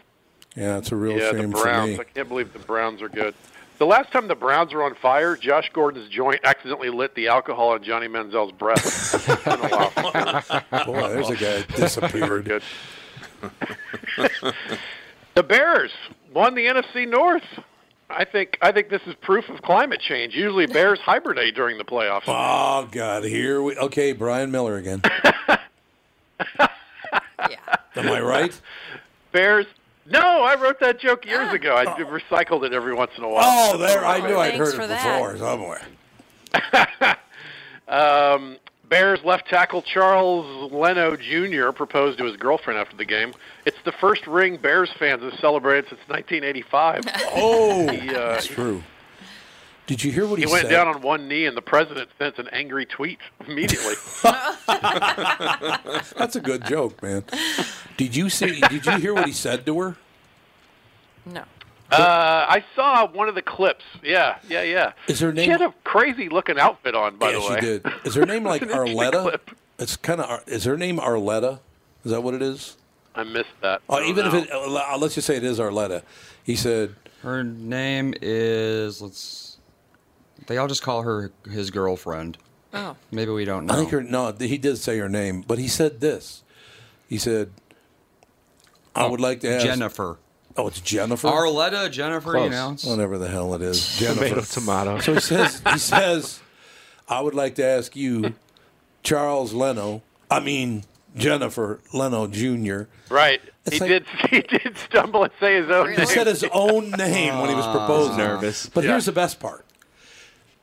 yeah, it's a real yeah, shame the for Browns. me. I can't believe the Browns are good. The last time the Browns were on fire, Josh Gordon's joint accidentally lit the alcohol on Johnny Manziel's breath. It's been a while. Boy, there's a guy that disappeared. The Bears won the NFC North. I think I think this is proof of climate change. Usually, Bears hibernate during the playoffs. Oh God, here we okay, Brian Miller again. Am I right? Bears. No, I wrote that joke years ago. I recycled it every once in a while. Oh, there! I knew I'd heard it before somewhere. Um, Bears left tackle Charles Leno Jr. proposed to his girlfriend after the game. It's the first ring Bears fans have celebrated since 1985. Oh, he, uh, that's true. Did you hear what he he, went said? down on one knee, and the president sent an angry tweet immediately. That's a good joke, man. Did you see? Did you hear what he said to her? No. Uh, I saw one of the clips. Yeah, yeah, yeah. Is her She name- had a crazy looking outfit on, by yeah, the way. she did. Is her name like It's an interesting Arletta? clip. It's kind of. Is her name Arletta? Is that what it is? I missed that. I Oh, don't even if know. it, uh, let's just say it is Arletta. He said, Her name is let's. They all just call her his girlfriend. Oh. Maybe we don't know. I think her, no, th- he did say her name, but he said this. He said, I would like to ask. Oh, Jennifer. Oh, it's Jennifer? Arletta, Jennifer, you know. it's- Whatever the hell it is. Jennifer. Tomato, tomato. So he says, he says, I would like to ask you, Charles Leno, I mean, Jennifer Leno Jr. Right. he did. He did stumble and say his own He name. said his own name when he was Ah. proposing. Nervous. But Yeah. here's the best part.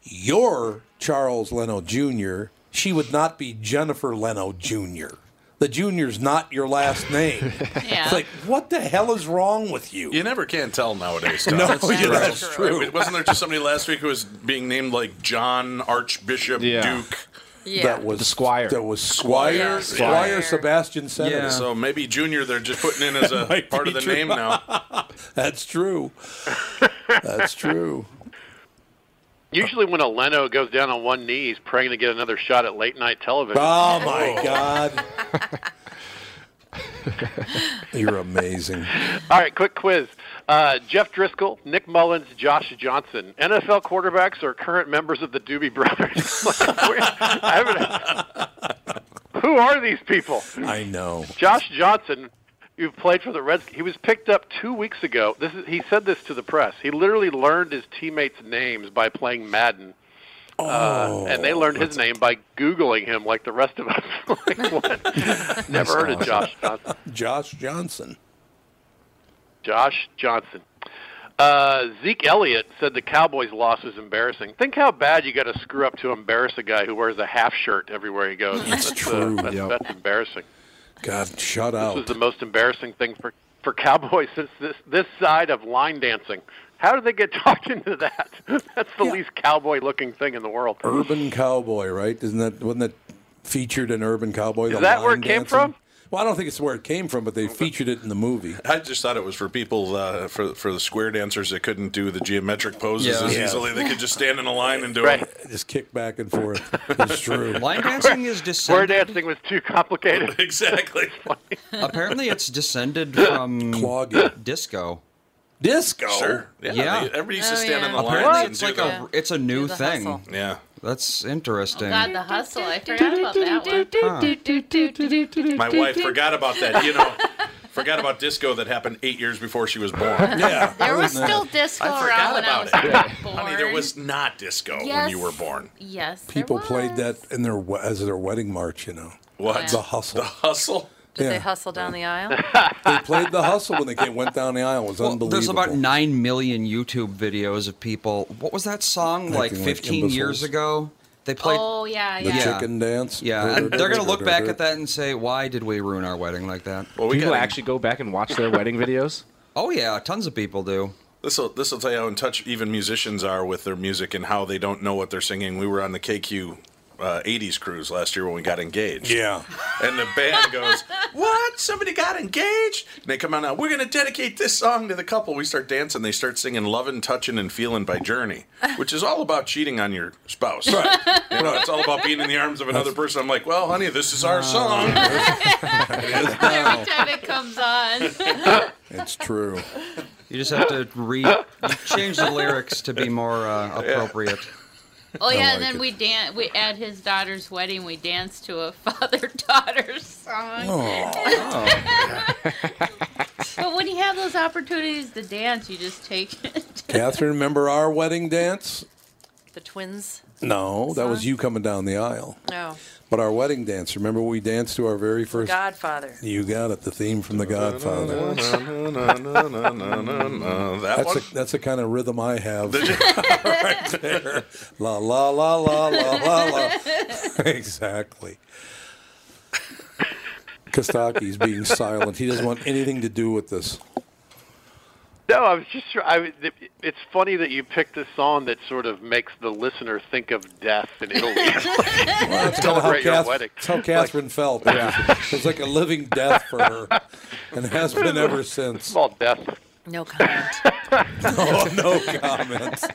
You're Charles Leno Jr. She would not be Jennifer Leno Jr. The Junior's not your last name. It's like, what the hell is wrong with you? You never can tell nowadays. Tom. No, yeah, that's true. I mean, wasn't there just somebody last week who was being named like John Archbishop Yeah. Duke? That was Squire. That was Squire. Squire. Squire, Sebastian Senator. So maybe Junior, they're just putting in as That a might uh, part of be the true. name now. That's true. That's true. Usually, when a Leno goes down on one knee, he's praying to get another shot Oh. at late night television. Oh my God. You're amazing. All right, quick quiz. Uh, Jeff Driscoll, Nick Mullins, Josh Johnson. NFL quarterbacks or current members of the Doobie Brothers? Like, where- I haven't- who are these people? I know. Josh Johnson, who played for the Redskins, he was picked up two weeks ago. This is, he said this to the press. He literally learned his teammates' names by playing Madden. Oh, uh, and they learned his name by Googling him like the rest of us. like, what? Never heard of Josh Johnson. Josh Johnson. Josh Johnson. Uh, Zeke Elliott said the Cowboys' loss was embarrassing. Think how bad you got to screw up to embarrass a guy who wears a half shirt everywhere he goes. That's uh, true. that's, Yep. that's embarrassing. God, shut This was out. the most embarrassing thing for for Cowboys since this this side of line dancing. How did they get talked into that? That's the least cowboy-looking thing in the world. Urban Cowboy, right? Isn't that wasn't that featured in Urban Cowboy? Is the that where line it came dancing? from? Well, I don't think it's where it came from, but they featured it in the movie. I just thought it was for people uh, for for the square dancers that couldn't do the geometric poses Yeah. as Yeah. easily. They could just stand in a line and do it. Just kick back and forth. It's true. Line dancing is Square descended. dancing was too complicated. Exactly. Apparently, it's descended from disco. Disco. Sure. Yeah. Yeah. They, everybody used to Oh, stand yeah. in the line. Apparently, and it's do like that. a it's a new Do the thing. hustle. Yeah. That's interesting. God, the hustle. I forgot about that one. My wife forgot about that. You know, forgot about disco that happened eight years before she was born. Yeah, There was still disco I forgot around when I was about it. Honey, there was not disco when you Yes. were born. Yes. there People was. played that in their we- as their wedding march. You know What? the hustle? The hustle. Did they Yeah, hustle down the aisle? they played the hustle when they came, went down the aisle. It was unbelievable. There's about nine million YouTube videos of people. What was that song like? Acting like Fifteen years imbeciles. ago, they played. Oh yeah, The yeah. chicken dance. Yeah, and they're gonna look back at that and say, "Why did we ruin our wedding like that?" Well, we people gotta- actually go back and watch their wedding videos. Oh yeah, tons of people do. This will this will tell you how in touch even musicians are with their music and how they don't know what they're singing. We were on the KQ uh, '80s cruise last year when we got engaged. Yeah, and the band goes, "What? Somebody got engaged?" And they come on out. We're gonna dedicate this song to the couple. We start dancing. They start singing "Lovin', Touchin', and Feelin'" by Journey, which is all about cheating on your spouse. Right. You know, it's all about being in the arms of another person. I'm like, "Well, honey, this is our song." Every time it comes on. It's true. You just have to re you change the lyrics to be more uh, appropriate. Oh I yeah, like and then it. we dan- we at his daughter's wedding we danced to a father daughter song. Oh. but when you have those opportunities to dance, you just take it. Catherine, remember our wedding dance? The twins? No, that was you coming down the aisle. No. But our wedding dance. Remember we danced to our very first. Godfather. You got it. The theme from The Godfather. That that's one? A, that's the kind of rhythm I have. right there. La la la la la la la. exactly. Kostaki's being silent. He doesn't want anything to do with this. No, I was just. I, was- it's funny that you picked a song that sort of makes the listener think of death in Italy. That's kinda Celebrate your Kath- wedding. that's how Catherine felt. Yeah. It was like a living death for her, and has been ever since. Small death. No comment. no, Oh, no comments.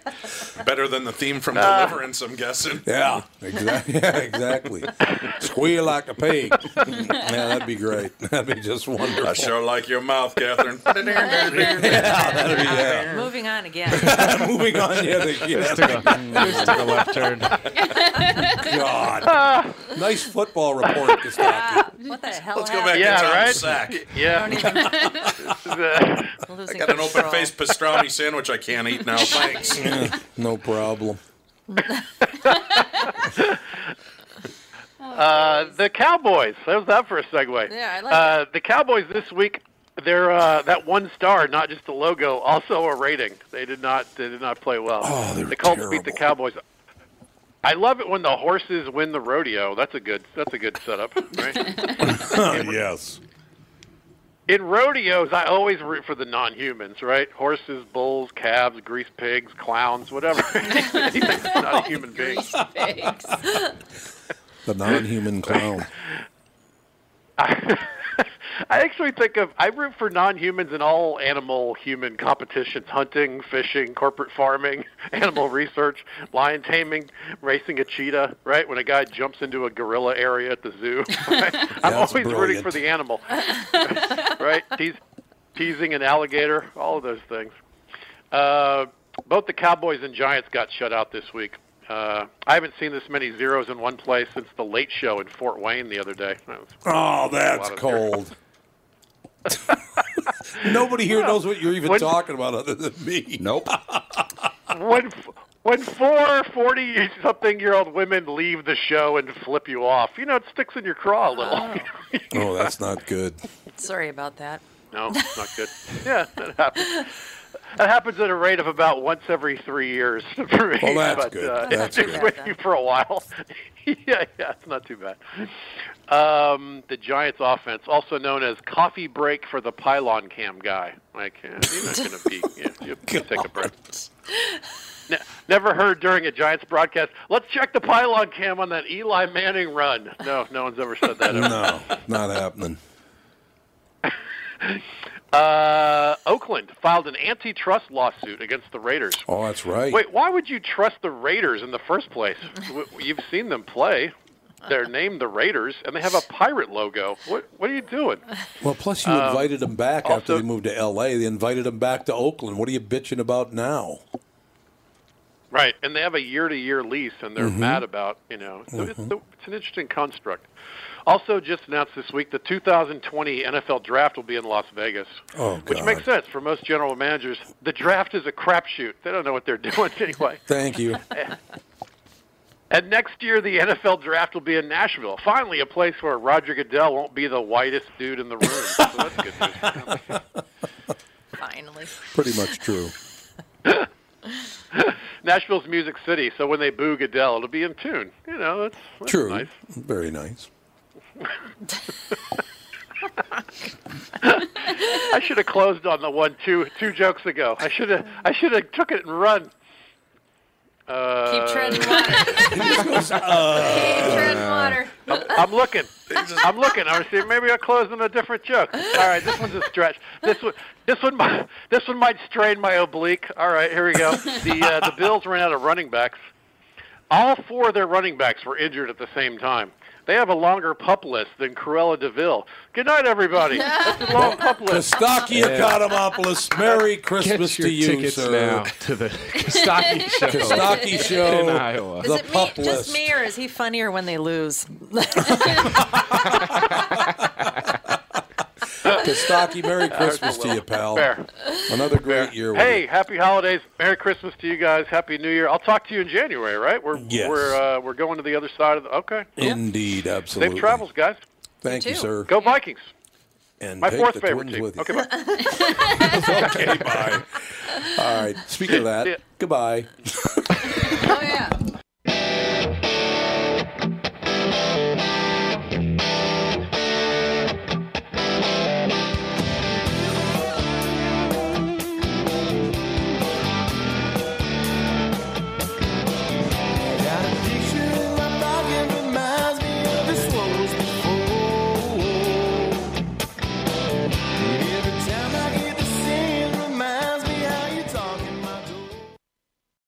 Better than the theme from Ah. Deliverance, I'm guessing. Yeah, exactly. Yeah, exactly. Squeal like a pig. yeah, that'd be great. That'd be just wonderful. I sure like your mouth, Catherine. that'd be yeah. Moving on again. Moving on, yeah, the, yeah. This took this took a left turn. God, nice football report, Kostaki. What the hell? Let's go happened? back to Tom Sack. Yeah. I got an open faced pastrami sandwich I can't eat now. Thanks. Yeah, no problem. Uh, the Cowboys. That was that for a segue. Yeah, I like uh, The Cowboys this week. They're uh, that one star, not just the logo, also a rating. They did not. They did not play well. the Colts beat the Cowboys. I love it when the horses win the rodeo. That's a good. That's a good setup. Right? yes. In rodeos, I always root for the non-humans, right? Horses, bulls, calves, grease pigs, clowns, whatever. Anything that's not a human being. The non-human clown. I actually think of I root for non-humans in all animal-human competitions: hunting, fishing, corporate farming, animal research, lion taming, racing a cheetah. Right when a guy jumps into a gorilla area at the zoo, right? I'm always That's brilliant. rooting for the animal. right? Teas teasing an alligator, all of those things. Uh, both the Cowboys and Giants got shut out this week. Uh, I haven't seen this many zeros in one place since the Late Show in Fort Wayne the other day. That was- Oh, a that's lot of zeros. cold. Nobody here knows what you're even When- talking about other than me. Nope. when when four 40 something year old women leave the show and flip you off, you know, it sticks in your craw a little. oh, that's not good. Sorry about that. No, it's not good. yeah, that happens. That happens at a rate of about once every three years for me. Well, that's but good. Uh, That's it's good. with you for a while. yeah, yeah, it's not too bad. Um, the Giants offense, also known as coffee break for the pylon cam guy. Like, uh, you're not going to be, yeah, you, you take a break. Ne- never heard during a Giants broadcast, let's check the pylon cam on that Eli Manning run. No, no one's ever said that. No, not happening. Uh, Oakland filed an antitrust lawsuit against the Raiders. Oh, that's right. Wait, why would you trust the Raiders in the first place? W- You've seen them play. They're named the Raiders, and they have a pirate logo. What What are you doing? Well, plus you Um, invited them back after they moved to L.A. They invited them back to Oakland. What are you bitching about now? Right, and they have a year-to-year lease, and they're Mhm. mad about you know. So Mm-hmm. it's, it's an interesting construct. Also, just announced this week, the 2020 NFL Draft will be in Las Vegas, Oh, which makes sense for most general managers. The draft is a crapshoot; they don't know what they're doing anyway. Thank you. And next year, the NFL draft will be in Nashville. Finally, a place where Roger Goodell won't be the whitest dude in the room. so that's good news. Finally. Pretty much true. Nashville's Music City, so when they boo Goodell, it'll be in tune. You know, that's, that's True. nice. Very nice. I should have closed on the one two two jokes ago. I should have I should have took it and run. Uh, Keep treading water. Keep treading water. I'm, I'm looking. I'm looking. I'm see. Maybe I closed on a different joke. All right, this one's a stretch. This one, this one, might, this one might strain my oblique. All right, here we go. The uh, the Bills ran out of running backs. All four of their running backs were injured at the same time. They have a longer pup list than Cruella Deville. Good night, everybody. That's a long pup list. Kostaki Economopoulos, Merry Christmas your to you, tickets sir. now to the Kostaki show. Kostaki show. in Iowa. Is it me, just me, or is he funnier when they lose? Kostaki, Merry Christmas to you, pal. Fair. Another great year. with Hey, happy holidays, Merry Christmas to you guys, Happy New Year. I'll talk to you in January, right? We're Yes. we're uh, we're going to the other side of the. Okay. it. Indeed, absolutely. Safe travels, guys. Thank you, sir. Go Vikings. And My take fourth the favorite Twins team. with you. Okay, bye. okay, bye. All right. Speaking of that, Yeah. goodbye. oh yeah.